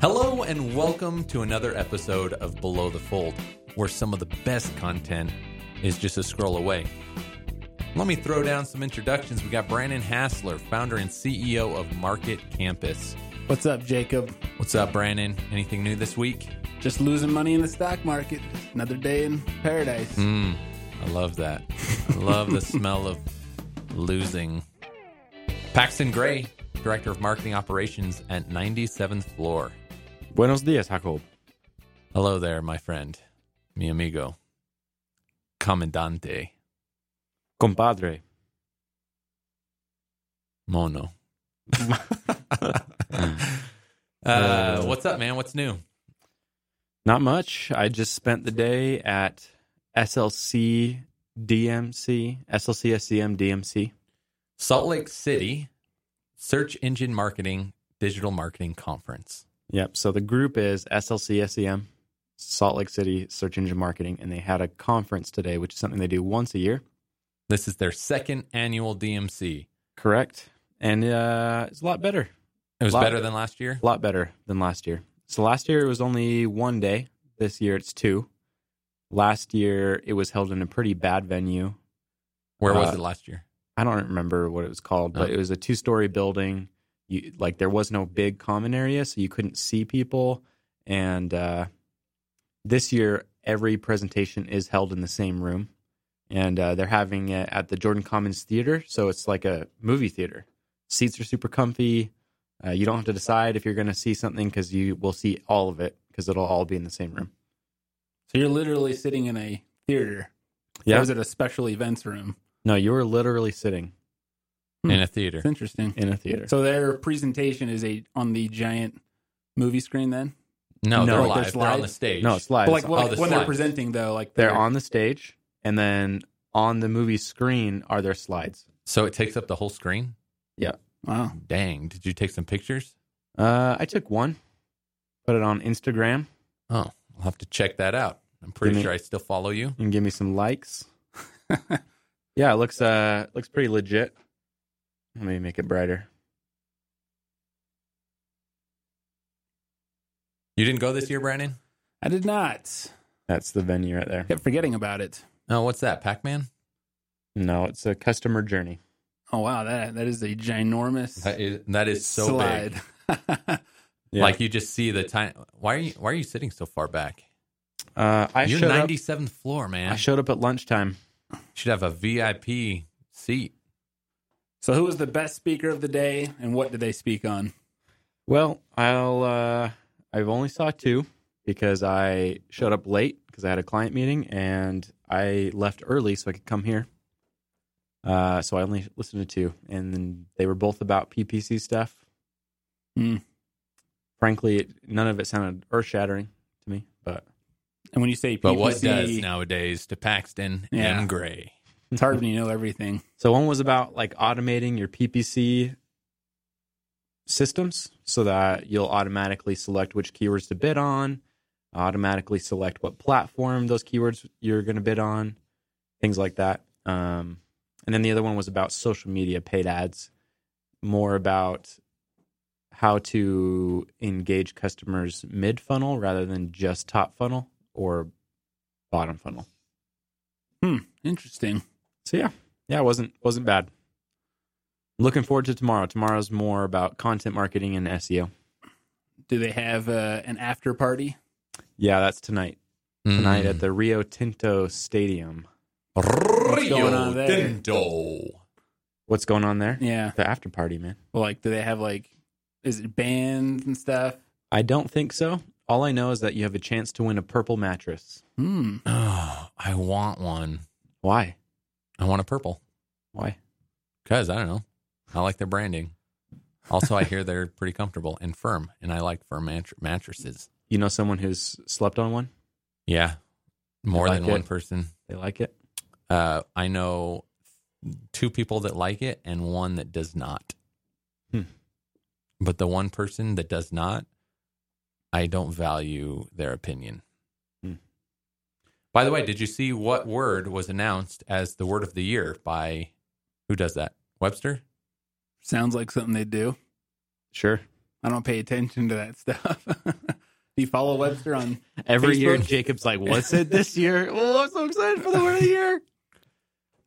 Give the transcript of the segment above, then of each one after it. Hello, and welcome to another episode of Below the Fold, where some of the best content is just a scroll away. Let me throw down some introductions. We got Brandon Hassler, founder and CEO of Market Campus. What's up, Jacob? What's up, Brandon? Anything new this week? Just losing money in the stock market. Just another day in paradise. Mm, I love that. I love the smell of losing. Paxton Gray, Director of Marketing Operations at 97th Floor. Buenos dias, Jacob. Hello there, my friend, mi amigo, comandante, Compadre. mono. uh, what's up, man? What's new? Not much. I just spent the day at SLC DMC, SLC SCM DMC. Salt Lake City Search Engine Marketing Digital Marketing Conference. Yep. So the group is SLC SEM, E Salt Lake City Search Engine Marketing, and they had a conference today, which is something they do once a year. This is their second annual DMC. Correct. And uh, it's a lot better. It was Wow. better than last year. A lot better than last year. So last year it was only one day. This year it's two. Last year it was held in a pretty bad venue. Where was Uh, it last year? I don't remember what it was called, but Oh. it was a two story building. You like there was no big common area, so you couldn't see people. And uh, this year, every presentation is held in the same room, and uh, they're having it at the Jordan Commons Theater, so it's like a movie theater. Seats are super comfy. Uh, you don't have to decide if you're going to see something because you will see all of it because it'll all be in the same room. So you're literally sitting in a theater. Or Yeah. is it a special events room? No, you were literally sitting Hmm. In a theater. It's interesting. in a theater. So their presentation is a on the giant movie screen then? No, No, they're like live. there's They're on the live- stage. no, it's live. But like It's like, Oh, the when they're slides. presenting though, like They're their- on the stage, and then on the movie screen are their slides. So it takes up the whole screen. Wow. Dang! Did you take some pictures? Uh, I took one, put it on Instagram, Oh, I'll have to check that out. I'm pretty Give me- sure I still follow you. and give me some likes. yeah, it looks uh looks pretty legit. Let me make it brighter. You didn't go this year, Brandon? I did not. That's the venue right there. Kept forgetting about it. Oh, what's that? Pac Man? No, it's a customer journey. Oh wow, that that is a ginormous That is, that is so big. slide. Yeah. Like you just see the time. Why are you Why are you sitting so far back? uh, I You're showed up- 97th floor, man. I showed up at lunchtime. Should have a VIP seat. so who was the best speaker of the day and what did they speak on? Well, I'll uh I've only saw two because I showed up late because I had a client meeting and I left early so I could come here. Uh so I only listened to two and then they were both about PPC stuff. Hmm. Frankly, it, none of it sounded earth-shattering to me, but And when you say PPC, But E what does nowadays to Paxton Yeah. M. Gray? it's hard when you know everything. So one was about like automating your PPC systems so that you'll automatically select which keywords to bid on, automatically select what platform those keywords you're going to bid on, things like that. Um, and then the other one was about social media paid ads, more about how to engage customers mid funnel rather than just top funnel or bottom funnel. Interesting. So yeah, yeah, it wasn't wasn't bad. Looking forward to tomorrow. Tomorrow's more about content marketing and E SEO. Do they have uh, an after party? Yeah, that's tonight. Tonight Mm. Mm. at the Rio Tinto Stadium. What's going on there? What's going on there? Yeah. The after party, man. Well, like, do they have like, is it bands and stuff? I don't think so. All I know is that you have a chance to win a purple mattress. Hmm. Oh, I want one. Why? I want a purple Why? because I don't know. I like their branding. Also, I hear they're pretty comfortable and firm, and I like firm mattr- mattresses. You know someone who's slept on one? Yeah, more like than one it. person. They like it. Uh, I know two people that like it and one that does not. Hmm. But the one person that does not, I don't value their opinion. Hmm. By the way, did you see what word was announced as the word of the year by who does that? Webster? Sounds like something they do. Sure. I don't pay attention to that stuff. Do you follow Webster on? Every year, Facebook? Jacob's like, "What's it this year?" Oh, I'm so excited for the word of the year.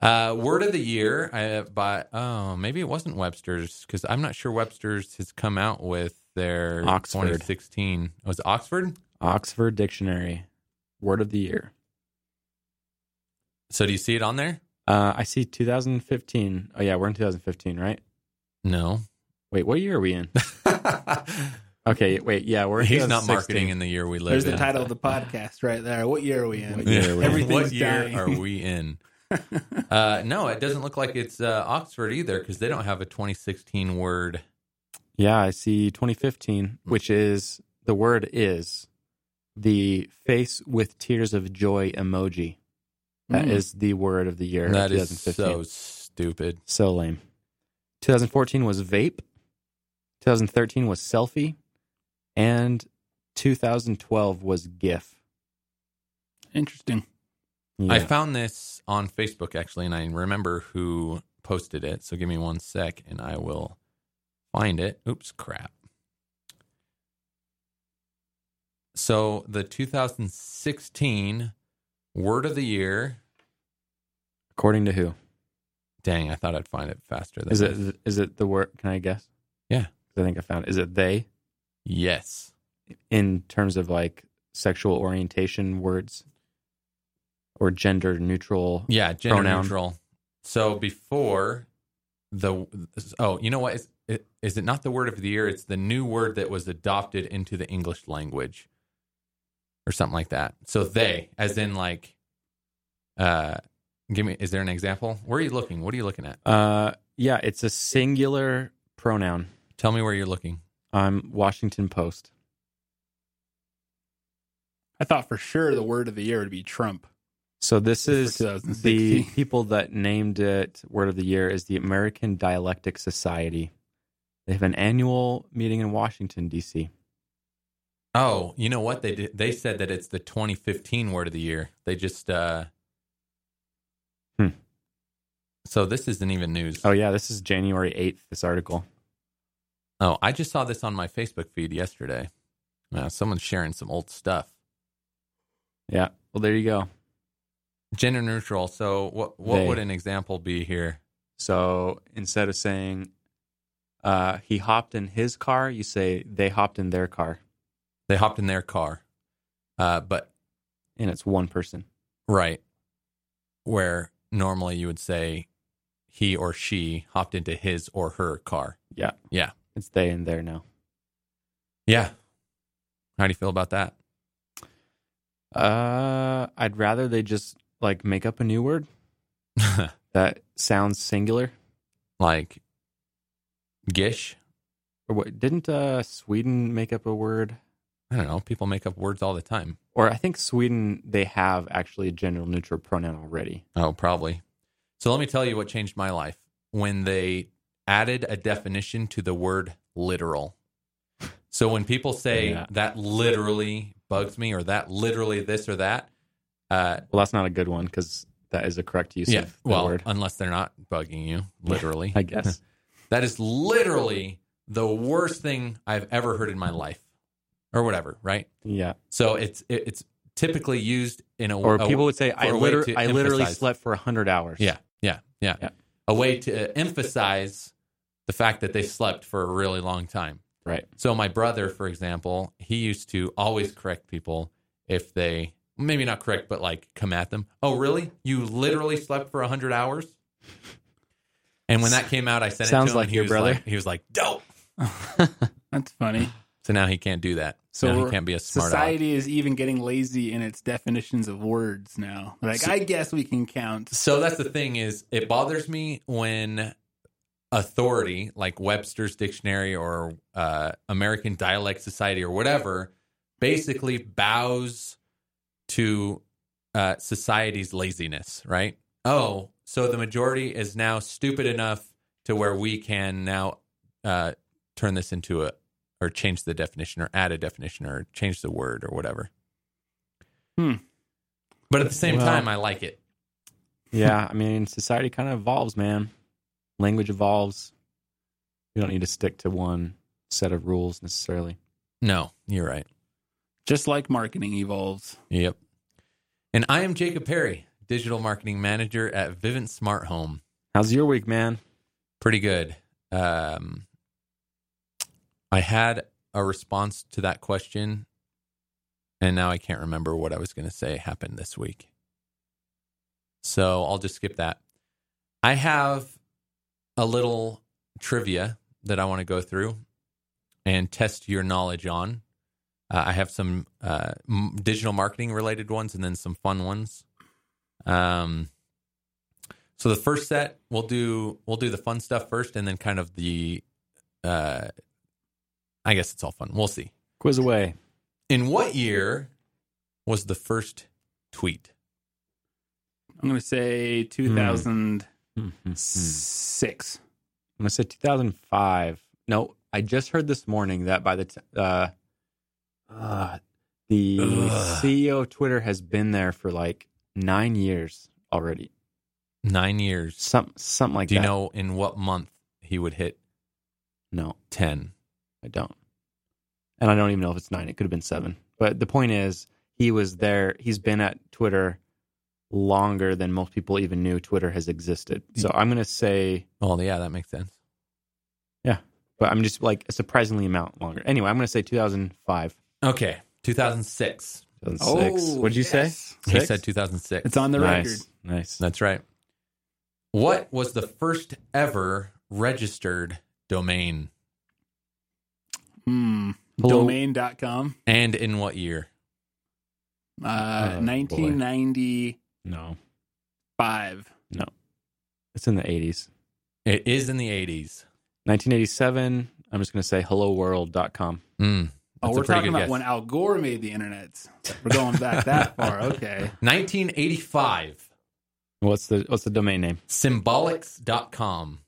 Uh, word of the year I, by oh maybe it wasn't Webster's because I'm not sure Webster's has come out with their Oxford. 2016. Was it Oxford? Oxford Dictionary, word of the year. So do you see it on there? Uh, I see 2015. Oh yeah, we're in 2015, right? No, Wait, what year are we in? Okay, wait, yeah, we're in he's not 2016. marketing in the year we live There's in. the title of the podcast right there. What year are we in? What year are we in? Everything's what year dying. are we in? Uh, no, it doesn't look like it's uh, Oxford either because they don't have a 2016 word. Yeah, I see 2015, Hmm. which is the word is the face with tears of joy emoji. That is Mm. the word of the year. of Hmm. That is 2015. so stupid. So lame. 2014 was vape. 2013 was selfie, and 2012 was GIF. Interesting. I Yeah. found this on Facebook actually, and I remember who posted it. So give me one sec, and I will find it. Oops, crap. So the 2016 word of the year. According to who? Dang, I thought I'd find it faster. Than Is this. it is it the word? Can I guess? Yeah. 'Cause I think I found. It. Is it they Yes. in terms of like sexual orientation words or gender neutral? Yeah, gender Pronoun. neutral. So before the oh, you know what is it, is it not the word of the year? It's the new word that was adopted into the English language, or something like that. So they, as in like, uh, give me. Is there an example? Where are you looking? What are you looking at? Uh, yeah. It's a singular pronoun. Tell me where you're looking. I'm Washington Post. I thought for sure the word of the year would be Trump. So this For is the 2016. people that named it word of the year is the American Dialectic Society. They have an annual meeting in Washington D.C. Oh, you know what they did? They said that it's the 2015 word of the year. They just. uh Hmm. So this isn't even news. Oh yeah, this is January 8th this article. Oh, I just saw this on my Facebook feed yesterday. Uh, someone's sharing some old stuff. Yeah. Well, there you go. Gender neutral. So, what what They. would an example be here? So instead of saying uh, he hopped in his car, you say they hopped in their car, They hopped in their car, uh, but and it's one person. right where normally you would say he or she hopped into his or her car. Yeah. Yeah. It's they and there now. Yeah. How do you feel about that? Uh, I'd rather they just like make up a new word that sounds singular. like, gish. Or what? Didn't uh, Sweden make up a word? I don't know. People make up words all the time. Or I think Sweden they have actually a gender neutral pronoun already. Oh, probably. So let me tell you what changed my life when they added a definition to the word literal. So when people say Yeah. that literally bugs me or that literally this or that, uh, Well, that's not a good one because that is a correct use yeah, of the well, word. unless they're not bugging you, literally. I guess. That is literally the worst thing I've ever heard in my life or whatever, right? yeah. So it's it, it's typically used in a Or a- people would say I, a way liter- to I literally emphasize. slept for hundred hours. Yeah, yeah, yeah. Yeah. A way to uh, emphasize the fact that they slept for a really long time. Right. So my brother, for example, he used to always correct people if they maybe not correct, but like come at them. Oh, really? You literally slept for hundred hours? And when that came out, I sent Sounds it to him. like and he your was brother. Like, he was like, "Dope." That's funny. So now he can't do that. So So now we're- he can't be a smart aleck. Society is even getting lazy in its definitions of words now. Like, I guess we can count. So that's the thing is it bothers me when authority like Webster's dictionary or uh, American Dialect Society or whatever basically bows to uh, society's laziness, right? Oh, so the majority is now stupid enough to where we can now uh, turn this into a or change the definition or add a definition or change the word or whatever. Hmm. But at the same Well- time, I like it. yeah. I mean, society kind of evolves, man. Language evolves. We don't need to stick to one set of rules necessarily. No, you're right. Just like marketing evolves. Yep. And I am Jacob Perry, digital marketing manager at Vivint Smart Home. How's your week, man? Pretty good. Um, I had a response to that question, and now I can't remember what I was going to say happened this week. So I'll just skip that. I have a little trivia that I want to go through and test your knowledge on. Uh, I have some uh, m- digital marketing related ones and then some fun ones. Um, so the first set we'll do we'll do the fun stuff first, and then kind of the, uh, I guess it's all fun. We'll see. Quiz away. In what year was the first tweet? I'm going to say 2006. Mm-hmm. I'm gonna say 2005. No, I just heard this morning that by the t- uh, uh, the Ugh. CEO of Twitter has been there for like nine years already. Nine years. Some something like Do you that. know in what month he would hit No, ten? I don't. And I don't even know if it's nine. It could have been seven. But the point is, he was there. He's been at Twitter longer than most people even knew Twitter has existed. So Mm-hmm. I'm gonna say, Well, yeah, that makes sense. but I'm just like a surprisingly amount longer. Anyway, I'm gonna say 2005. Okay, two thousand six. 2006. What'd you say? He Six? said two thousand six. It's Oh, on the nice. record. Nice. That's right. What was the first ever registered domain Hmm. Hello. Domain.com. and in what year? Uh, Oh, boy. 1995. No, it's in the 80s. It is in the 80s. 1987. I'm just gonna say helloworld.com. Mm, Oh, that's a we're pretty talking good about guess. when Al Gore made the internet. We're going back that far. Okay. 1985, What's the What's the domain name? symbolics.com.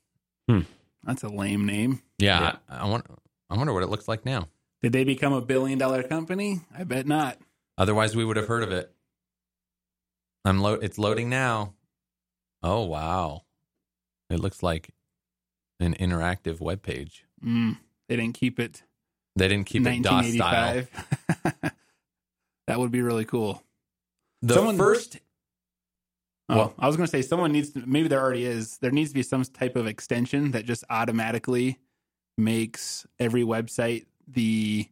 That's a lame name. Yeah, Yeah. I, I, want, I wonder what it looks like now. Did they become a billion dollar company? I bet not. Otherwise, we would have heard of it. I'm lo- It's loading now. Oh, wow. It looks like an interactive web page. Mm, they didn't keep it They didn't keep it DOS style. 1985. that would be really cool. The Someone- first Oh, Well- I was going to say someone needs to, maybe there already is. There needs to be some type of extension that just automatically makes every website the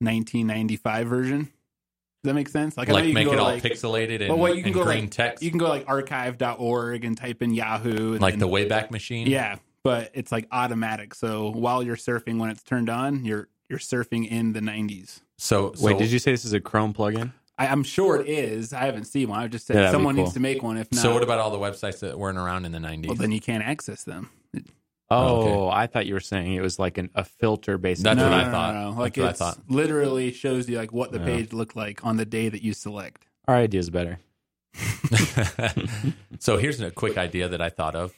1995 version. Does that make sense? I know like you can make go it all like, pixelated and, Well, what, you can and go, green like, text, You can go like archive.org and type in Yahoo. And like then- the Wayback Machine. Yeah, but it's like automatic. So while you're surfing, when it's turned on, you're you're surfing in the 90s. So, so Wait, did you say this is a Chrome plugin? I, I'm sure it is. I haven't seen one. I just said Yeah, that'd be someone cool. needs to make one. If not, So what about all the websites that weren't around in the nineties? well, then you can't access them. Oh, okay. I thought you were saying it was like an, a filter based. That's no, what I no, no, thought. No, Like That's it's what I literally shows you like what the Yeah. page looked like on the day that you select. Our idea is better. so here's a quick idea that I thought of.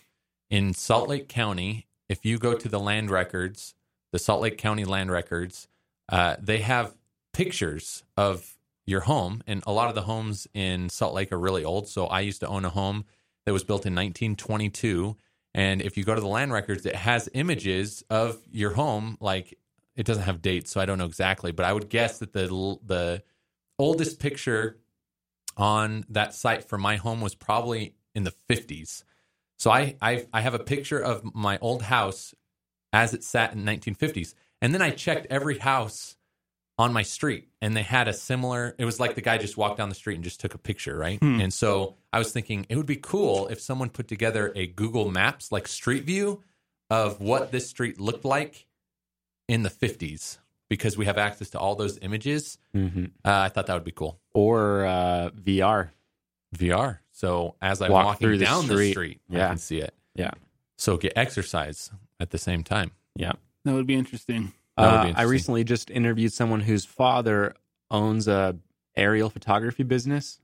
In Salt Lake County, if you go to the land records, the Salt Lake County land records, uh, they have pictures of your home, and a lot of the homes in Salt Lake are really old. So I used to own a home that was built in 1922, and if you go to the land records, it has images of your home. Like it doesn't have dates, so I don't know exactly, but I would guess that the l- the oldest picture on that site for my home was probably in the 50s. So I I, I have a picture of my old house as it sat in 1950s, and then I checked every house on my street, and they had a similar. It was like the guy just walked down the street and just took a picture, right? Hmm. And so I was thinking it would be cool if someone put together a Google Maps like Street View of what this street looked like in the 50s because we have access to all those images. Mm-hmm. Uh, I thought that would be cool. Or uh, VR. VR. So as I'm Walk walking through the down the street. street, I Yeah. can see it. Yeah. So get exercise at the same time. That would be interesting. That would be Uh, I interesting. recently just interviewed someone whose father owns a aerial photography business,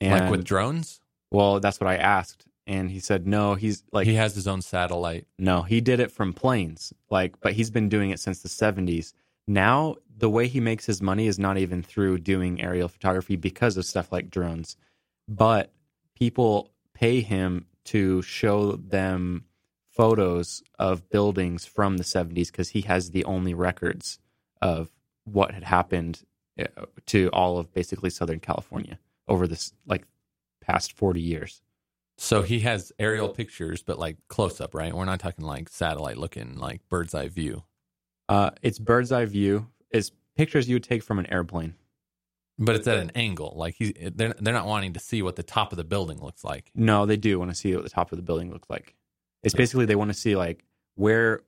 and like with drones, well, that's what I asked, and he said no. He's like he has his own satellite. no, he did it from planes, like, but he's been doing it since the seventies. Now the way he makes his money is not even through doing aerial photography because of stuff like drones, but people pay him to show them photos of buildings from the 70s because he has the only records of what had happened uh, to all of basically Southern California over this like past 40 years. So he has aerial pictures, but like close up, right? We're not talking like satellite looking, like bird's eye view. Uh, it's bird's eye view. It's pictures you would take from an airplane. But it's at an angle. Like he's they're they're not wanting to see what the top of the building looks like. No, they do want to see what the top of the building looked like. It's basically they want to see like where,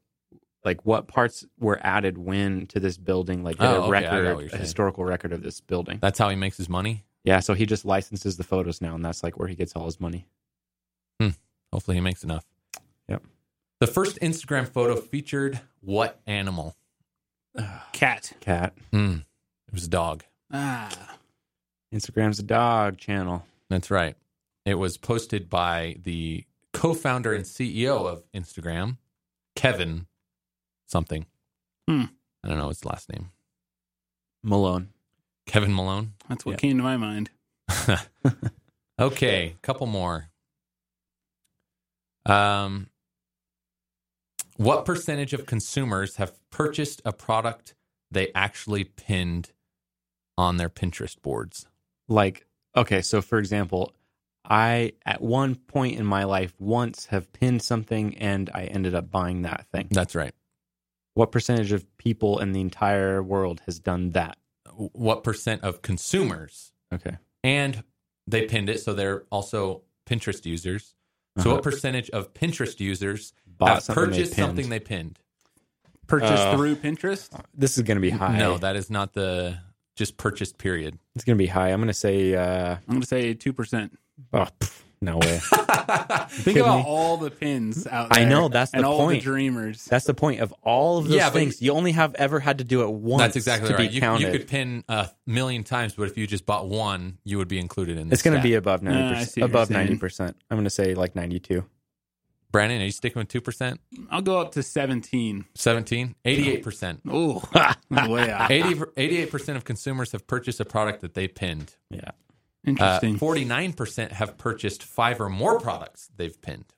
like what parts were added when to this building, like get Oh, a okay, I got what record, you're a saying. historical record of this building. That's how he makes his money. Yeah, so he just licenses the photos now, and that's like where he gets all his money. Hopefully, he makes enough. Yep. The first Instagram photo featured what animal? Cat. Cat. Hmm. It was a dog. Ah. Instagram's a dog channel. That's right. It was posted by the co founder and CEO of Instagram, Kevin something. Hmm. I don't know his last name. Malone. Kevin Malone. That's what Yeah. came to my mind. okay, couple more. Um, what percentage of consumers have purchased a product they actually pinned on their Pinterest boards? Like, okay, so for example, I at one point in my life once have pinned something and I ended up buying that thing. That's right. What percentage of people in the entire world has done that? What percent of consumers Okay. and they pinned it, so they're also Pinterest users. So, Uh-huh. what percentage of Pinterest users Bought have something they purchased pinned. something they pinned? Purchased Uh, through Pinterest. This is going to be high. No, that is not the just purchased period. it's going to be high. I'm going to say, uh, I'm gonna say two percent. oh, pff, no way. Think Kidding about me? all the pins out I there. know, that's and the all point. the dreamers. That's the point of all of those Yeah, but- things. You only have ever had to do it once. That's exactly to right. Be You, counted. you could pin a million times, but if you just bought one, you would be included in this. it's going to stat. be above No, I ninety see percent. what you're Above saying. ninety percent. I'm going to say like ninety-two. Brandon, are you sticking with 2%? I'll go up to seventeen. 17? 88%. Oh, way out. Uh, 80, 88% of consumers have purchased a product that they pinned. Yeah. Uh, Interesting. 49% have purchased five or more products they've pinned.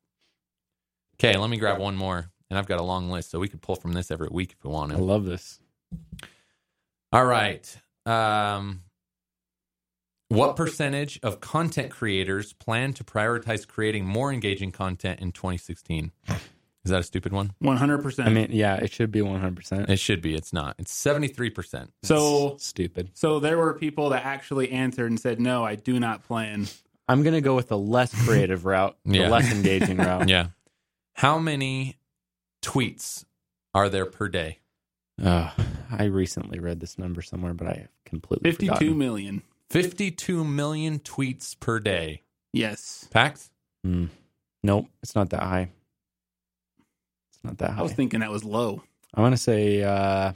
Okay, let me grab one more. And I've got a long list, so we could pull from this every week if we want I to. love this. All right. Um, what percentage of content creators plan to prioritize creating more engaging content in 2016? Is that a stupid one? One hundred percent. I mean, yeah, it should be 100%. It should be. It's not. It's 73%. so stupid. so there were people that actually answered and said, "No, I do not plan." I'm going to go with the less creative route, Yeah. the less engaging route. Yeah. How many tweets are there per day? Uh, I recently read this number somewhere, but I completely Fifty-two forgotten. million. 52 million tweets per day. Yes, Pax? Hmm. Nope, it's not that high. It's not that I high. was thinking that was low. I'm going to say, uh,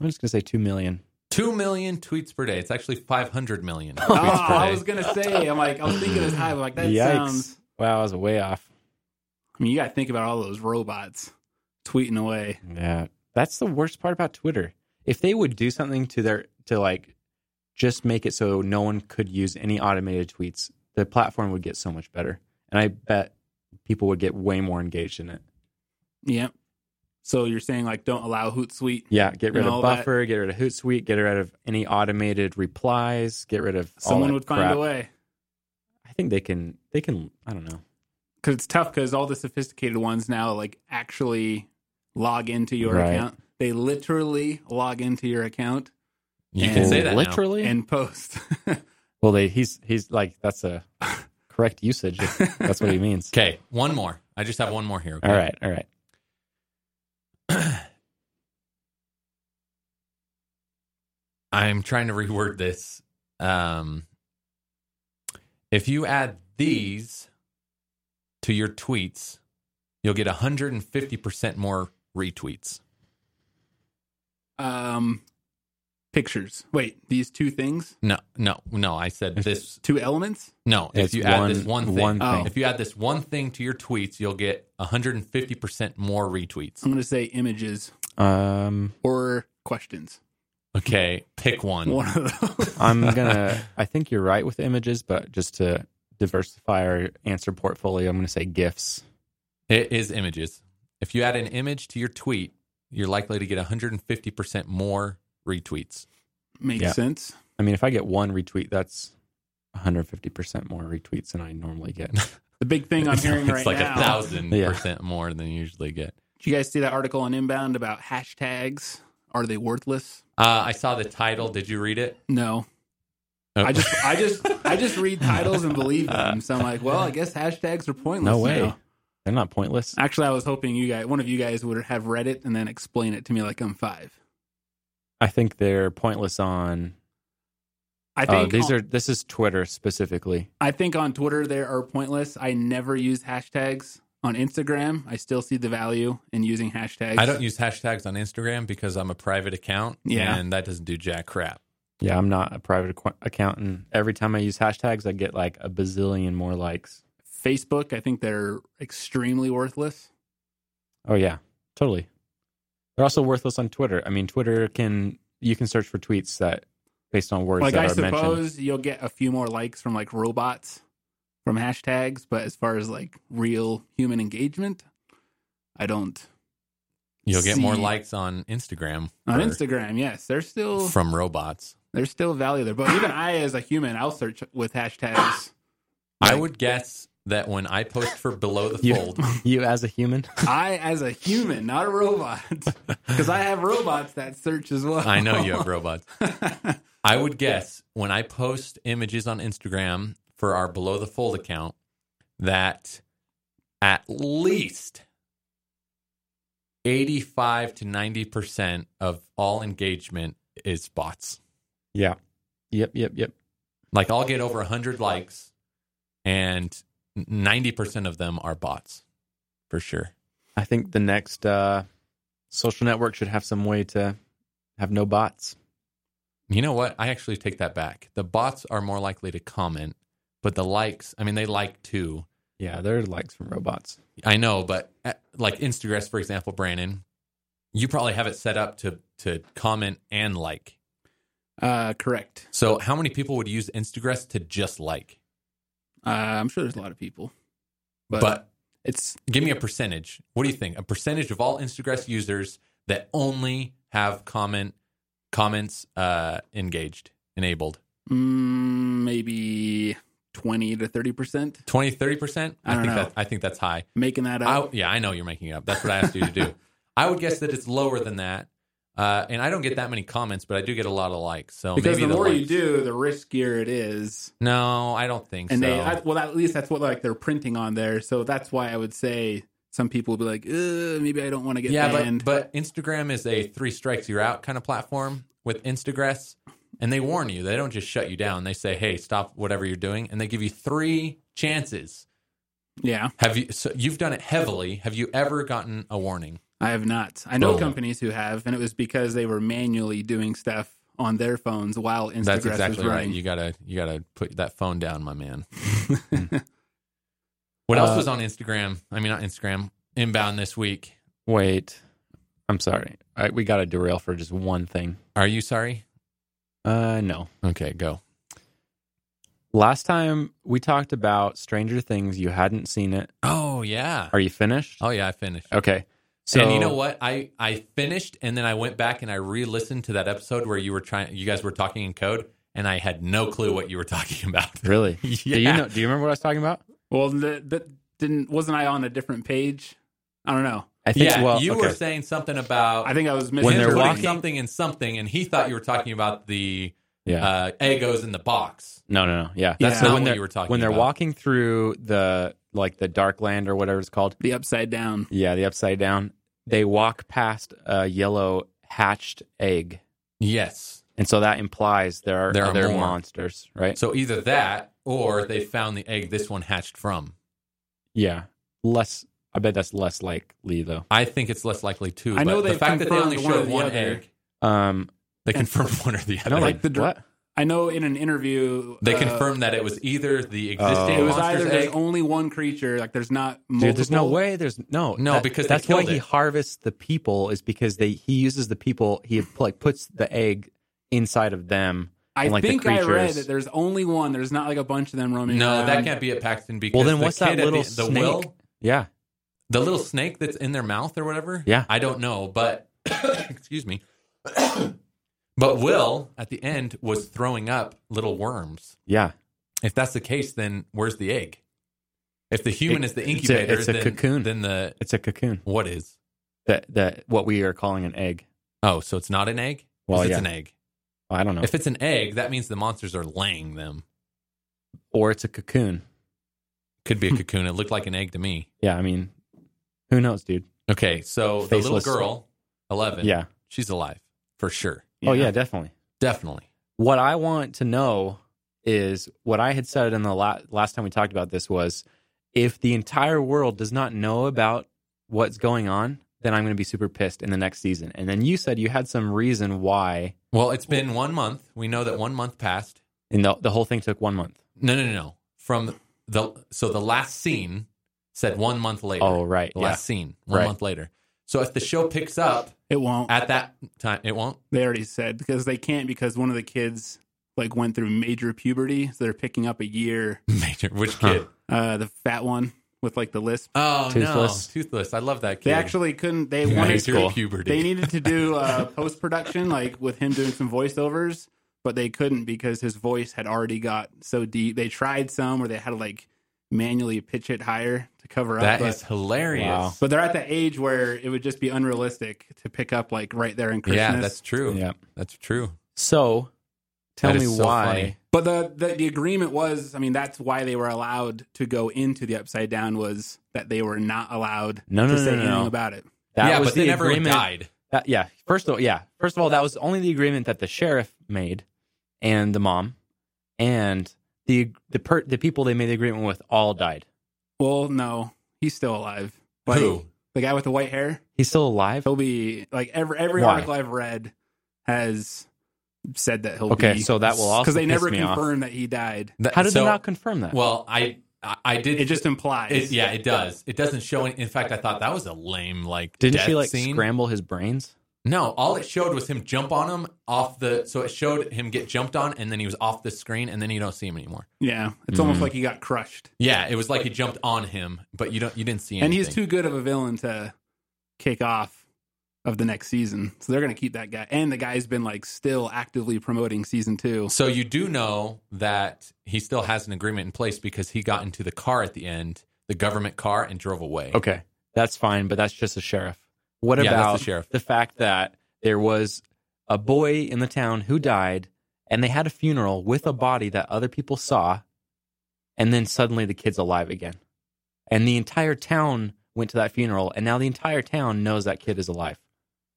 I'm just going to say 2 million. 2 million tweets per day. It's actually 500 million tweets per Oh, day. I was gonna say. I'm like, I was thinking it was high. But like that Yikes. sounds. Wow, I was way off. I mean, you got to think about all those robots tweeting away. Yeah. That's the worst part about Twitter. If they would do something to their to like just make it so no one could use any automated tweets, the platform would get so much better. And I bet people would get way more engaged in it. Yep. So you're saying like, don't allow Hootsuite. Yeah, get rid And all of that- buffer, get rid of Hootsuite, get rid of any automated replies, get rid of all Someone that would find crap. a way I think they can they can I don't know. because it's tough because all the sophisticated ones now like actually log into your Right. account. They literally log into your account you can say that. now. literally. and post. well, they, he's he's like that's a correct usage. if that's what he means. Okay, one more. I just have one more here. Okay? All right, all right. I'm trying to reword this. Um, if you add these to your tweets, you'll get 150% more retweets. um, pictures. Wait, these two things, No, no, no. I said this. two elements. No, if It's you add one- this one thing, one thing. if you add this one thing to your tweets, you'll get 150% more retweets. I'm going to say images Um or questions. Okay, pick one. One of those. I'm gonna. I think you're right with images, but just to diversify our answer portfolio, I'm gonna say gifs. It is images. If you add an image to your tweet, you're likely to get 150% more retweets. Makes Yeah. sense. I mean, if I get one retweet, that's 150% more retweets than I normally get. The big thing I'm it's hearing it's right like now. a thousand Yeah. percent more than you usually get. Did you guys see that article on Inbound about hashtags? Are they worthless? Uh, I saw the title. Did you read it? No. Oh. I just, I just, I just read titles and believe them. So I'm like, well, I guess hashtags are pointless. No way. now. They're not pointless. Actually, I was hoping you guys, one of you guys, would have read it and then explain it to me like I'm five. I think they're pointless on. I Oh, think these on, are. This is Twitter specifically. I think on Twitter they are pointless. I never use hashtags. On Instagram, I still see the value in using hashtags. I don't use hashtags on Instagram because I'm a private account. Yeah. And that doesn't do jack crap. Yeah, I'm not a private acqu- account, and every time I use hashtags, I get like a bazillion more likes. Facebook, I think they're extremely worthless. Oh yeah, totally. They're also worthless on Twitter. I mean, Twitter can you can search for tweets that based on words like that I are mentioned. suppose you'll get a few more likes from like robots from hashtags, but as far as like real human engagement, I don't. You'll get more See. likes on Instagram On for- Instagram, yes, there's still from robots. there's still value there, but even I, as a human, I'll search with hashtags. I would guess that when I post for Below the You- Fold, You as a human. I, as a human, not a robot, because I have robots that search as well. I know you have robots. have. I would guess when I post images on Instagram for our Below the Fold account that at least 85 to 90% of all engagement is bots. yeah. Yep. Yep. Yep. Like I'll get over 100 likes and 90% of them are bots for sure. I think the next uh, social network should have some way to have no bots. You know what? I actually take that back. The bots are more likely to comment, but the likes, I mean, they like too. Yeah, they're likes from robots. I know, but uh, like Instagram, for example, Brandon, you probably have it set up to to comment and like. uh, correct. So, how many people would use Instagram to just like? Uh, I'm sure there's a lot of people, But, but, it's give me a percentage. What do you think? A percentage of all Instagram users that only have comment comments uh, engaged, enabled. mm, maybe twenty to thirty percent. 20, 30%? I don't think know. that I think that's high. Making that up. I, yeah, I know you're making it up. That's what I asked you to do. I would guess that it's lower than that. Uh, and I don't get that many comments, but I do get a lot of likes. So because maybe the more you likes- do, the riskier it is. No, I don't think And so. they, I, well, at least that's what like they're printing on there. So that's why I would say some people will be like, "Uh, maybe I don't want to get yeah, banned. but, but Instagram is a three strikes you're out kind of platform with Instagress, and they warn you. They don't just shut you down. They say, "Hey, stop whatever you're doing," and they give you three chances. yeah, Have you? So you've done it heavily. Have you ever gotten a warning? I have not. I know Boom. companies who have, and it was because they were manually doing stuff on their phones while Instagram That's was exactly right. running. You gotta you gotta put that phone down, my man. What else Uh, was on Instagram? I mean, not Instagram. Inbound this week. Wait, I'm sorry. All right, we got to derail for just one thing. Are you sorry? Uh, no. Okay, go. Last time we talked about Stranger Things, you hadn't seen it. Oh yeah. Are you finished? Oh yeah. I finished. Okay. So and you know what? I I finished and then I went back and I re-listened to that episode where you were trying you guys were talking in code and I had no clue what you were talking about. Really? yeah. Do you know? Do you remember what I was talking about? well, that, that didn't wasn't I on a different page? I don't know. I yeah, well, you okay. were saying something about I think I was missing When they're putting walking- something in something and he thought you were talking about the yeah. uh egos in the box. no, no, no. Yeah. That's So not when what they're- you were talking When they're about. walking through the like the dark land or whatever it's called. the upside down. Yeah, the upside down. They walk past a yellow hatched egg. Yes. And so that implies there are There are other more. monsters, right? So either that or they found the egg this one hatched from. Yeah. Less I bet that's less likely though. I think it's less likely too. I know but the they've fact that they confirmed only one or showed the one other. egg, Um they confirmed one or the I other. don't like like the dr- what? I know in an interview they uh, confirmed that it was either the existing Oh. It was monster's either egg there's only one creature, like there's not multiple. Dude, there's no way. There's no, No, because they that's why killed he it. harvests the people is because they he uses the people. He like puts the egg inside of them. I and, like, the think I read creatures. that there's only one. There's not like a bunch of them roaming. No, around. that can't be at Paxton because Well, then the what's kid that at little the, the snake? will Yeah, The little snake that's in their mouth or whatever? Yeah. I don't know, but excuse me. but Will at the end was throwing up little worms. Yeah. If that's the case, then where's the egg? If the human It- is the it's a- incubator, it's a then, cocoon. then the It's a cocoon. what is? That that what we are calling an egg. Oh, so it's not an egg? 'Cause Well, it's yeah. Oh. an egg. I don't know. If it's an egg, that means the monsters are laying them. or it's a cocoon. Could Hmm. be a cocoon. It looked like an egg to me. Yeah, I mean, who knows, dude? Okay, so the little Faceless. girl, eleven. Yeah. she's alive for sure. Oh yeah, definitely. Definitely. What I want to know is what I had said in the la- last time we talked about this was if the entire world does not know about what's going on, then I'm going to be super pissed in the next season. And then you said you had some reason why, Well, it's been one month. We know that one month passed. and the, the whole thing took one month. No, no, no, no. From the so the last scene said one month later. Oh, right. the yeah. last scene one Right. month later. So if the show picks up It won't. at that time, it won't. They already said because they can't because one of the kids like went through major puberty, so they're picking up a year. Major, which Huh. kid? Uh, the fat one with like the lisp. Oh Toothless. no, toothless. I love that kid. They actually couldn't. They yeah, wanted he's he's cool. puberty. they needed to do uh, post production, like with him doing some voiceovers, but they couldn't because his voice had already got so deep. They tried some where they had to like manually pitch it higher to cover up. That but, is hilarious. Wow. but they're at that age where it would just be unrealistic to pick up like right there in Christmas. Yeah, that's true. Yeah. That's true. So tell That me is so why. funny. But the, the the agreement was, I mean, that's why they were allowed to go into the upside down was that they were not allowed No, to no, say no, no, anything no. about it. That yeah, was but they the never agreement. died. that- yeah. First of all, yeah. First of all, that was only the agreement that the sheriff made and the mom and the the per, the people they made the agreement with all died. Well, no, he's still alive. Like, Who? The guy with the white hair. He's still alive. He'll be like every every Why? article I've read has said that he'll be Okay, so that will also because they piss never me off. confirmed that he died. That- How did so- they not confirm that? Well, I I, I did. It just implies. It, yeah, it does. It doesn't show. Any, in fact, I thought that was a lame like. Didn't death she like scene. scramble his brains? No, all it showed was him jump on him off the. So it showed him get jumped on, and then he was off the screen, and then you don't see him anymore. Yeah, it's almost Mm. like he got crushed, Yeah, it was like he jumped on him, but you don't. You didn't see him. and he's too good of a villain to kick off of the next season. So they're gonna keep that guy, and the guy's been like still actively promoting season two. So you do know that he still has an agreement in place because he got into the car at the end, the government car, and drove away. Okay, that's fine, but that's just the sheriff. What Yeah, that's about the sheriff. fact that there was a boy in the town who died, and they had a funeral with a body that other people saw, and then suddenly the kid's alive again, and the entire town went to that funeral, and now the entire town knows that kid is alive.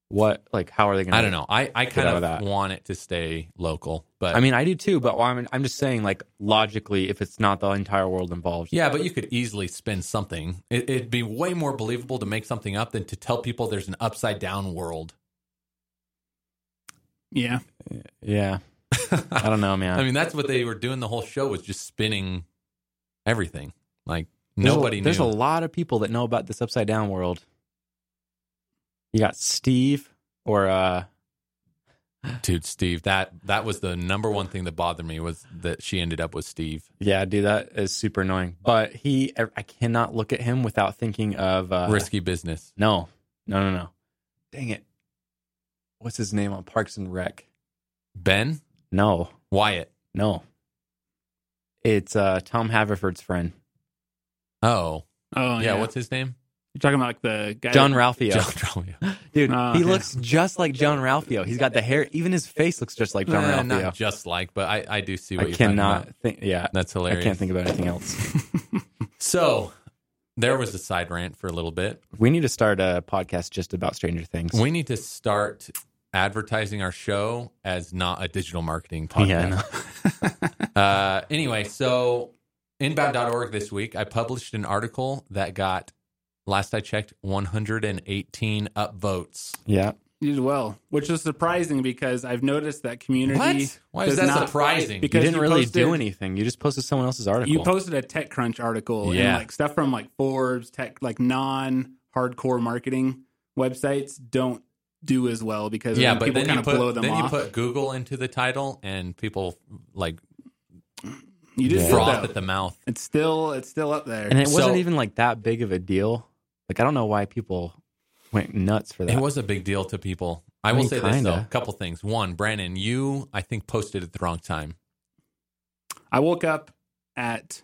What like how are they going? to I don't know. I, I kind out of of that. want it to stay local, but I mean, I do too, but why- I'm I'm just saying like logically, if it's not the entire world involved, Yeah, but you could easily spin something. It, it'd be way more believable to make something up than to tell people there's an upside down world. Yeah, yeah, I I don't know, man. mean, that's what they were doing. The whole show was just spinning everything. Like There's a- nobody there's knew. a lot of people that know about this upside down world. You got Steve or uh Dude, Steve, that that was the number one thing that bothered me was that she ended up with Steve. yeah, dude, that is super annoying. But he, er, I cannot look at him without thinking of uh, Risky business. No, no, no, no. Dang it! What's his name on Parks and Rec? Ben No, Wyatt. no. It's uh Tom Haverford's friend, Oh, oh yeah, What's his name? you're talking about? Like the guy John that- Ralphio. John Trolio. dude, Oh, he yeah. looks just like John Ralphio. He's got the hair. Even his face looks just like John Eh, Ralphio. not just like, but I, I do see what I you're talking cannot about. think. Yeah, That's hilarious. I can't think of anything else. So there was a side rant for a little bit. we need to start a podcast just about Stranger Things. We need to start advertising our show as not a digital marketing podcast. Uh, anyway, so inbound.org this week, I published an article that got, last I checked, 118 upvotes. yeah. You did well, which is surprising because I've noticed that community. What? Why is does that not- surprising? Because You didn't you really do posted- anything. You just posted someone else's article. You posted a TechCrunch article Yeah. and like stuff from like Forbes, tech like non hardcore marketing websites don't do as well because yeah, then but people then kind you of blow put them then you off. put Google into the title, and people like you did froth it at though. the mouth. It's still it's still up there. and it So- wasn't even like that big of a deal. Like I don't know why people went nuts for that. It was a big deal to people. I, I will mean, say this kinda. though, a couple things. One, Brandon, you I think posted at the wrong time. I woke up at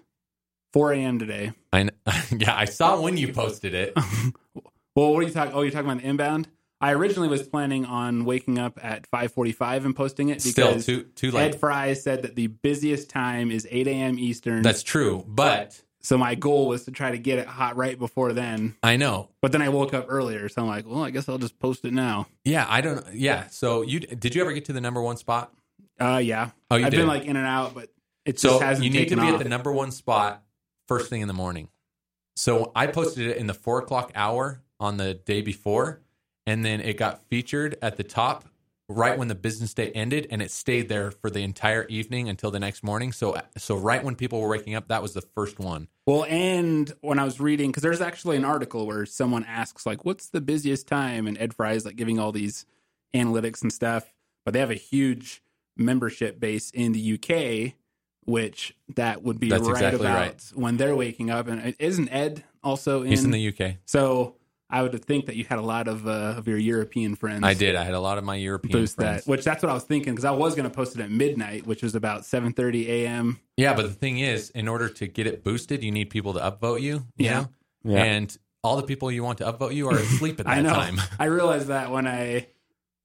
4 a.m. today. I kn- yeah, I saw when you posted it. Well, what are you talking? Oh, you're talking about the inbound. I originally was planning on waking up at 5:45 and posting it Still because too too Ed late. Fry said that the busiest time is 8 a.m. Eastern. That's true, but so my goal was to try to get it hot right before then. I know. But then I woke up earlier, so I'm like, well, I guess I'll just post it now. Yeah, I don't. Yeah, so you did you ever get to the number one spot? Uh, yeah, Oh, you I've did. been like in and out, but it so just hasn't you need to taken be off. at the number one spot first thing in the morning. So I posted it in the four o'clock hour on the day before, and then it got featured at the top right when the business day ended, and it stayed there for the entire evening until the next morning. So so right when people were waking up, that was the first one. Well, and when I was reading, because there's actually an article where someone asks, like, what's the busiest time? And Ed Fry is like giving all these analytics and stuff, but they have a huge membership base in the UK, which that would be That's right exactly about right. when they're waking up. And uh, isn't Ed also in? He's in the UK. so I would think that you had a lot of, uh, of your European friends. I did. I had a lot of my European Boost friends. that, which that's what I was thinking because I was going to post it at midnight, which was about seven thirty a.m. Yeah, but the thing is, in order to get it boosted, you need people to upvote you. you Yeah. know? yeah. and all the people you want to upvote you are asleep at that I know. time. I realized that when I,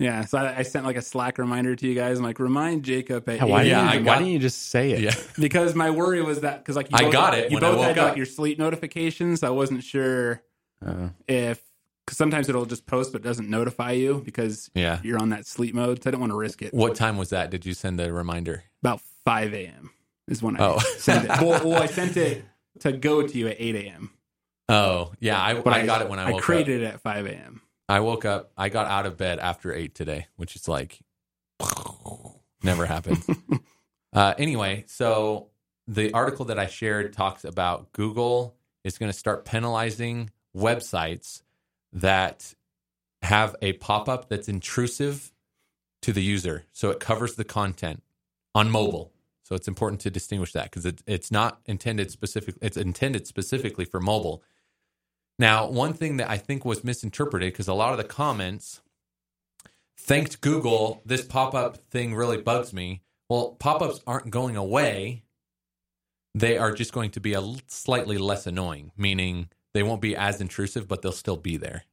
yeah. So I, I sent like a Slack reminder to you guys. I'm like, remind Jacob at Yeah, why, 8 Yeah, didn't I you, got- why didn't you just say it? Yeah. because my worry was that because like you I both- got it You when I both woke had up. like your sleep notifications. I wasn't sure Uh, if because sometimes it'll just post but it doesn't notify you because Yeah. you're on that sleep mode. So I didn't want to risk it. What time was that? Did you send the reminder? About 5 a.m. is when I Oh. sent it. Well, well, I sent it to go to you at 8 a.m. Oh, yeah. I, But I, got it when I I woke up. created it at 5 a.m. I woke up. I got out of bed after eight today, which is like never happened. uh, anyway, so the article that I shared talks about Google is going to start penalizing websites that have a pop up that's intrusive to the user. So it covers the content on mobile. So it's important to distinguish that because it, it's not intended specific. It's intended specifically for mobile. Now, one thing that I think was misinterpreted because a lot of the comments thanked Google, this pop up thing really bugs me. Well, pop ups aren't going away. They are just going to be a l- slightly less annoying, meaning they won't be as intrusive, but they'll still be there.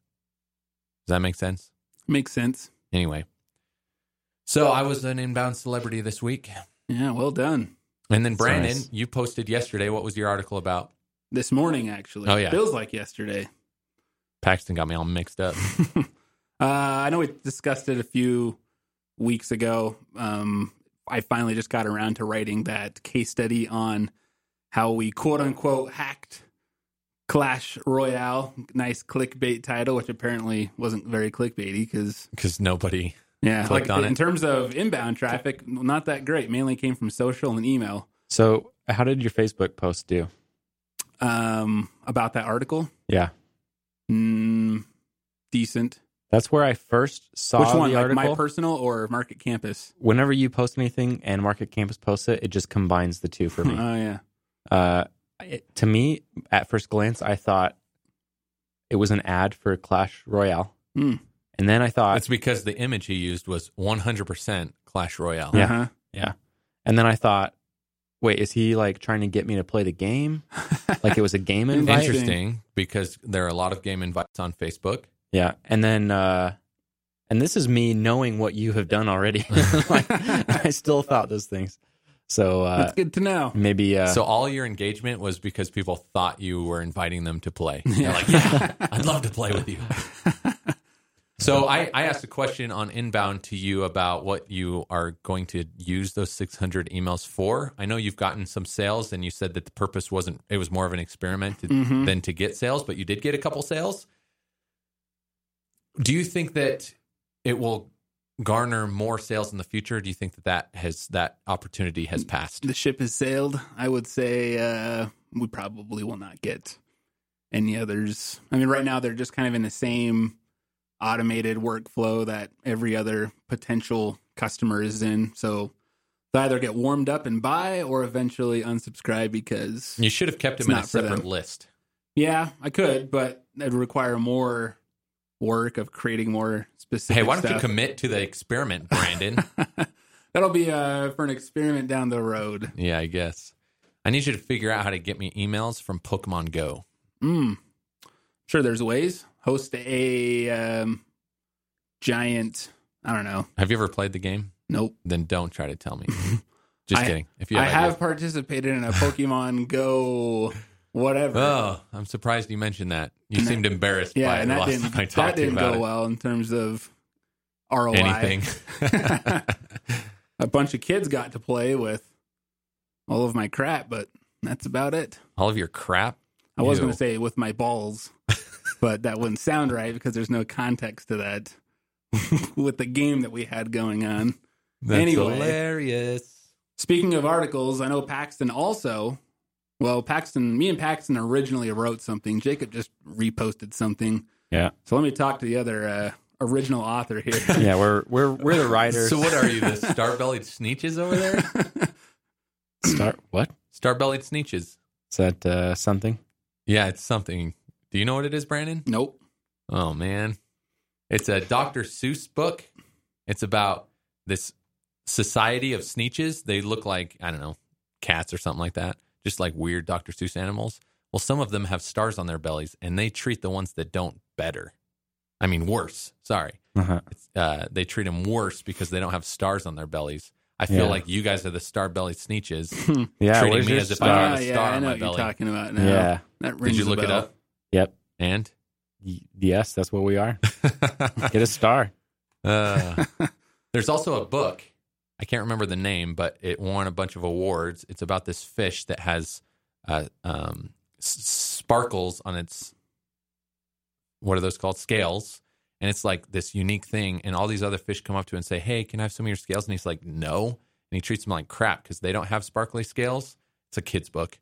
Does that make sense? Makes sense. Anyway, so I was an inbound celebrity this week. Yeah, well done. And then, That's Brandon, nice. you posted yesterday. What was your article about? This morning, actually. Oh, yeah. Feels like yesterday. Paxton got me all mixed up. uh, I know we discussed it a few weeks ago. Um, I finally just got around to writing that case study on how we quote unquote hacked Clash Royale. Nice clickbait title, which apparently wasn't very clickbaity because Because nobody. yeah, Clicked like on in it. terms of inbound traffic, not that great. Mainly came from social and email. so, how did your Facebook post do? Um, about that article, Yeah, mm, decent. that's where I first saw Which one? the Like article. my personal or Market Campus? Whenever you post anything and Market Campus posts it, it just combines the two for me. Oh yeah. uh, it, to me, at first glance, I thought it was an ad for Clash Royale, Hmm. and then I thought, That's because the image he used was 100% Clash Royale. Yeah. Uh-huh. and then I thought, wait, is he like trying to get me to play the game? like it was a game invite. Interesting. Interesting because there are a lot of game invites on Facebook. Yeah, and then uh and this is me knowing what you have done already. Like, I still thought those things. So uh That's good to know. maybe uh So all your engagement was because people thought you were inviting them to play. Yeah. They're like, yeah, I'd love to play with you. So I, I asked a question on inbound to you about what you are going to use those 600 emails for. I know you've gotten some sales and you said that the purpose wasn't, it was more of an experiment to, Mhm. than to get sales, but you did get a couple sales. Do you think that it will garner more sales in the future? Do you think that that has, that opportunity has passed? Mm. The ship has sailed. I would say uh, we probably will not get any others. I mean, right now they're just kind of in the same automated workflow that every other potential customer is in. So they either get warmed up and buy or eventually unsubscribe because, You should have kept It's them in a not for them. separate list. Yeah, I could, but it'd require more work of creating more specific. Hey, why don't you stuff. commit to the experiment, Brandon? That'll be uh, for an experiment down the road. yeah, I guess. I need you to figure out how to get me emails from Pokemon Go. Mm. Sure, there's ways. Host a um, giant. I don't know. Have you ever played the game? Nope. Then don't try to tell me. Just I- kidding. If you have, I ideas. have participated in a Pokemon Go whatever. Oh, I'm surprised you mentioned that. You And seemed embarrassed yeah, by it and the that last didn't time I that talked to you didn't about go it. well in terms of ROI. Oh, Anything. A bunch of kids got to play with all of my crap, but that's about it. All of your crap. I was Ew. going to say with my balls, but that wouldn't sound right because there's no context to that with the game that we had going on. That's Anyway. hilarious. Speaking of articles, I know Paxton also. Well, Paxton, me and Paxton originally wrote something. Jacob just reposted something. Yeah. So let me talk to the other uh, original author here. Yeah, we're we're we're the writers. So what are you, the star-bellied sneeches over there? Start what? Star-bellied sneeches. Is that uh, something? Yeah, it's something. Do you know what it is, Brandon? nope. Oh man, it's a Dr. Seuss book. It's about this society of sneeches. They look like I don't know cats or something like that, just like weird Dr. Seuss animals. Well, some of them have stars on their bellies, and they treat the ones that don't better. I mean, worse. Sorry, Uh-huh. it's, uh, they treat them worse because they don't have stars on their bellies. I feel Yeah. like you guys are the star-bellied sneeches. Yeah, Treating where's me your as if I star? had a Ah, yeah, star I on know my what you're belly. talking about now. Yeah. That Did rings you a look it bell. up? Yep. And Y- yes, that's what we are. Get a star. Uh, there's also a book. I can't remember the name, but it won a bunch of awards. It's about this fish that has uh, um, s- sparkles on its what are those called scales, and it's like this unique thing. And all these other fish come up to him and say, "Hey, can I have some of your scales?" And he's like, "No," and he treats them like crap because they don't have sparkly scales. It's a kid's book,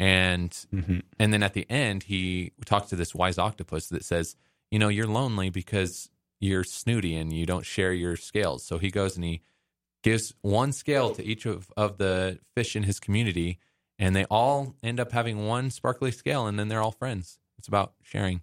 and Mm-hmm. and then at the end, he talks to this wise octopus that says, You know, you're lonely because you're snooty and you don't share your scales. So he goes and he gives one scale to each of, of the fish in his community, and they all end up having one sparkly scale, and then they're all friends. It's about sharing.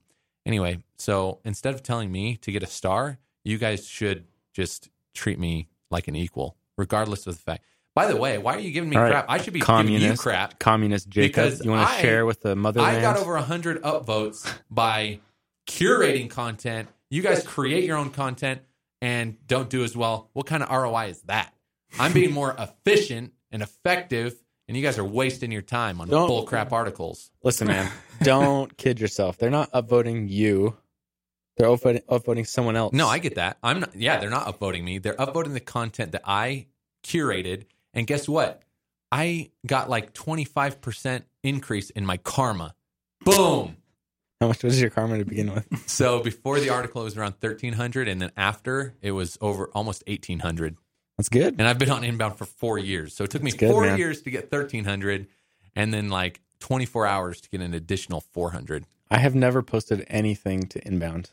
Anyway, so instead of telling me to get a star, you guys should just treat me like an equal, regardless of the fact. By the way, why are you giving me All right, crap? I should be giving you communist. crap. Communist Jacob, Because you want to I- share with the motherland? I got over 100 upvotes by curating content. You guys create your own content and don't do as well. What kind of ROI is that? I'm being more efficient and effective, and you guys are wasting your time on Don't- bullcrap articles. Listen, man, don't kid yourself. They're not upvoting you. They're upvoting, upvoting someone else. No, I get that. I'm not, yeah, they're not upvoting me. They're upvoting the content that I curated. And guess what? I got like 25% increase in my karma. Boom. How much was your karma to begin with? So before the article, it was around thirteen hundred, and then after, it was over almost eighteen hundred. That's good. And I've been on inbound for four years, so it took me That's good, four man. years to get thirteen hundred, and then like twenty four hours to get an additional four hundred. I have never posted anything to inbound.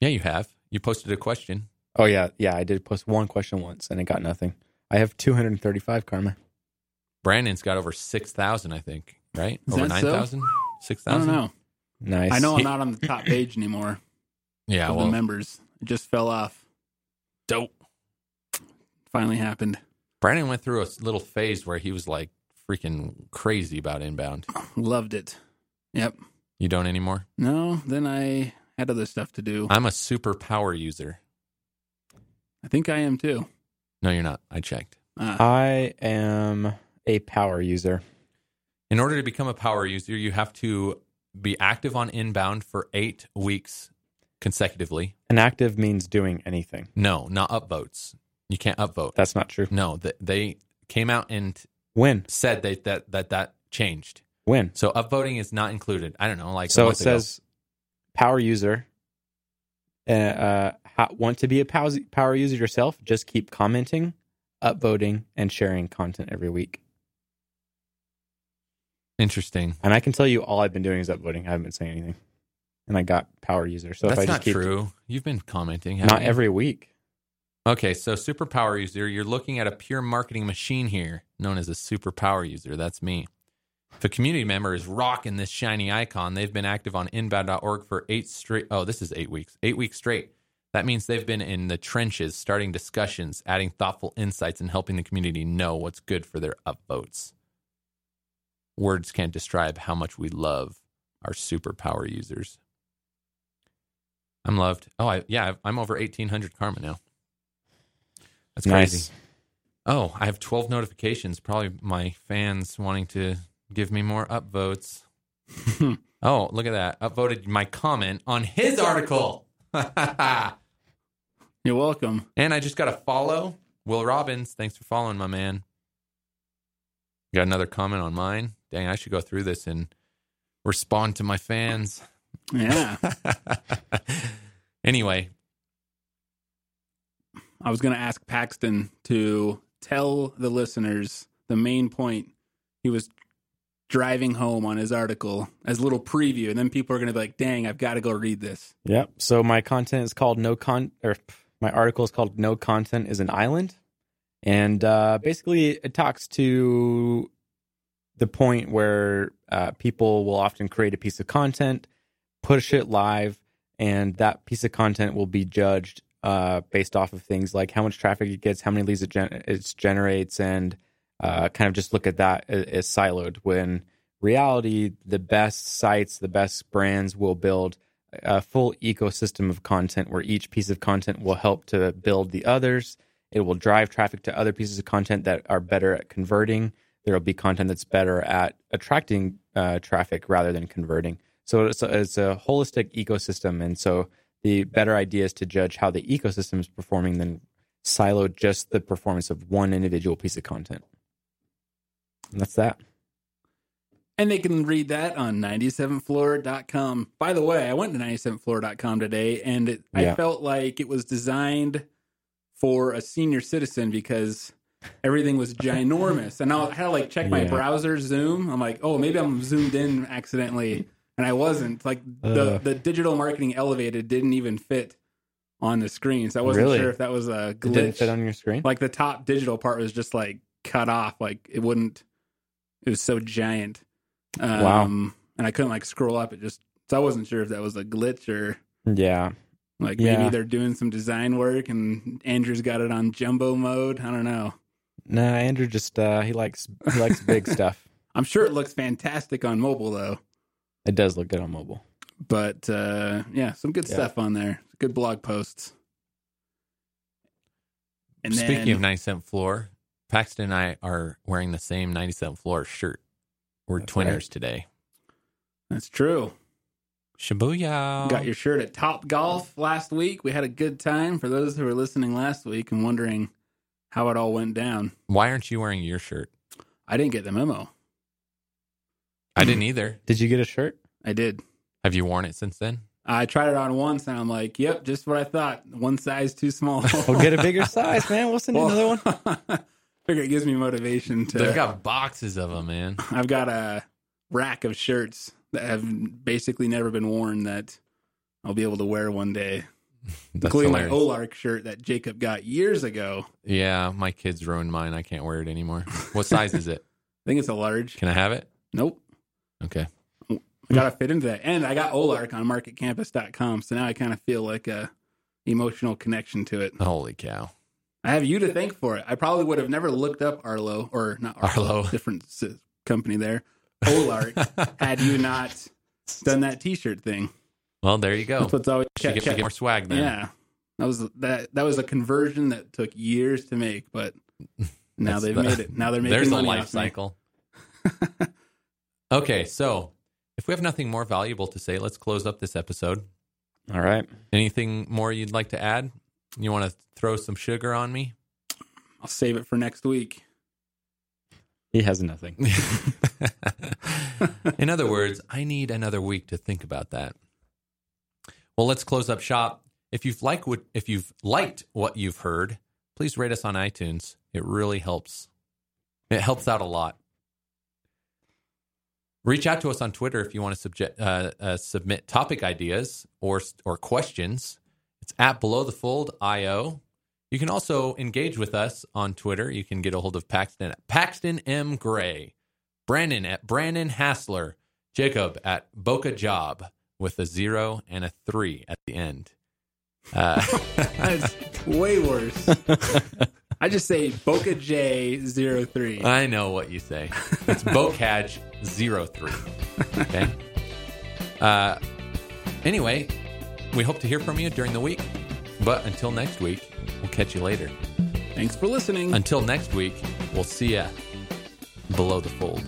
Yeah, you have. You posted a question. Oh yeah, yeah. I did post one question once, and it got nothing. I have 235 karma. Brandon's got over six thousand, I think. Right? Is over that so? nine thousand. Six I don't thousand. know. Nice. I know I'm not on the top page anymore Yeah. of the Well, members. It just fell off. dope. Finally happened. Brandon went through a little phase where he was like freaking crazy about inbound. Loved it. Yep. You don't anymore. No, then I had other stuff to do. I'm a super power user. I think I am too. No, you're not. I checked. Uh, I am a power user. In order to become a power user, you have to be active on inbound for eight weeks consecutively. Inactive means doing anything. No, not upvotes. You can't upvote. That's not true. No, th- they came out and When? said they, that that that changed. When? So upvoting is not included. I don't know. Like a so it month ago. says power user. Uh, uh, how, want to be a pow- power user yourself? Just keep commenting, upvoting, and sharing content every week. interesting. And I can tell you, all I've been doing is upvoting. I haven't been saying anything, and I got power user. So That's if I just not keep true. You've been commenting. haven't not you? every week, Okay, so super power user, you're looking at a pure marketing machine here, known as a super power user. That's me. If a community member is rocking this shiny icon, they've been active on inbound.org for eight straight. Oh, this is eight weeks. Eight weeks straight. That means they've been in the trenches, starting discussions, adding thoughtful insights, and helping the community know what's good for their upvotes. Words can't describe how much we love our superpower users. I'm loved. Oh, I, yeah, I'm over 1,800 karma now. That's crazy. Oh, I have 12 notifications. Probably my fans wanting to give me more upvotes. oh, look at that. Upvoted my comment on his article. and You're welcome. I just got a follow. Will Robbins, thanks for following, my man. Got another comment on mine. Dang, I should go through this and respond to my fans. Yeah. anyway, I was going to ask Paxton to tell the listeners the main point he was driving home on his article as a little preview. And then people are going to be like, dang, I've got to go read this. Yep. So my content is called no con or pff, my article is called No Content is an Island. And uh, basically it talks to the point where uh, people will often create a piece of content, push it live, and that piece of content will be judged uh, based off of things like how much traffic it gets, how many leads it, gen- it generates, and uh, kind of just look at that a- as siloed. When reality, the best sites, the best brands will build a full ecosystem of content where each piece of content will help to build the others. It will drive traffic to other pieces of content that are better at converting. There will be content that's better at attracting uh, traffic rather than converting. So it's a, it's a holistic ecosystem. And so the better idea is to judge how the ecosystem is performing than silo just the performance of one individual piece of content. And that's that. And they can read that on 97floor.com. By the way, I went to 97floor.com today and it, I Yeah. felt like it was designed for a senior citizen because everything was ginormous. And I'll- I had to like check my Yeah. browser Zoom. I'm like, oh, maybe I'm zoomed in accidentally. And I wasn't. Like the, Uh. the digital marketing elevated didn't even fit on the screen. So I wasn't Really? sure if that was a It didn't fit glitch. on your screen. Like the top digital part was just like cut off. Like it wouldn't, it was so giant. Um, Wow. And I couldn't like scroll up. It just, so I wasn't sure if that was a glitch or yeah. like Yeah. maybe they're doing some design work and Andrew's got it on jumbo mode. I don't know. No, Andrew just uh, he likes he likes big stuff. I'm sure it looks fantastic on mobile though. It does look good on mobile. But uh, yeah, some good Yeah. stuff on there. Good blog posts. And speaking then, of 97th floor, Paxton and I are wearing the same 97th floor shirt. We're That's twinners right. today. that's true. Shibuya. Got your shirt at Top Golf last week. We had a good time for those who were listening last week and wondering how it all went down. Why aren't you wearing your shirt? I didn't get the memo. I didn't either. Did you get a shirt? I did. Have you worn it since then? I tried it on once and I'm like, yep, just what I thought. One size too small. Well, get a bigger size, man. We'll send you another one. one. Figure it gives me motivation to. They've got boxes of them, man. I've got a rack of shirts that have basically never been worn that I'll be able to wear one day, That's including hilarious. my Olark shirt that Jacob got years ago. Yeah, my kids ruined mine. I can't wear it anymore. What size is it? I think it's a large. Can I have it? Nope. Okay. I gotta fit into that. And I got Olark on marketcampus.com, so now I kind of feel like a emotional connection to it. Holy cow. I have you to thank for it. I probably would have never looked up Arlo or not Arlo, Arlo. different s- company there. Olark had you not done that T-shirt thing. well, there you go. That's what's always Oh. She kept, gets to kept- get more swag then. yeah. That was that that was a conversion that took years to make, but now That's they've the- made it. Now they're making There's a money life off me. cycle. okay, so if we have nothing more valuable to say, let's close up this episode. All right. Anything more you'd like to add? You want to throw some sugar on me? I'll save it for next week. He has nothing. In other words, I need another week to think about that. Well, let's close up shop. If you've liked what if you've liked what you've heard, please rate us on iTunes. It really helps. It helps out a lot. Reach out to us on Twitter if you want to subject, uh, uh, submit topic ideas or or questions. It's at below the fold io. You can also engage with us on Twitter. You can get a hold of Paxton at Paxton M Gray. Brandon at Brandon Hassler, Jacob at Boca Job with a zero and a three at the end. Uh, That's way worse. I just say Boca J03. I know what you say. It's Bocage03. Okay. Uh, anyway, we hope to hear from you during the week. But until next week, we'll catch you later. Thanks for listening. Until next week, we'll see ya below the fold.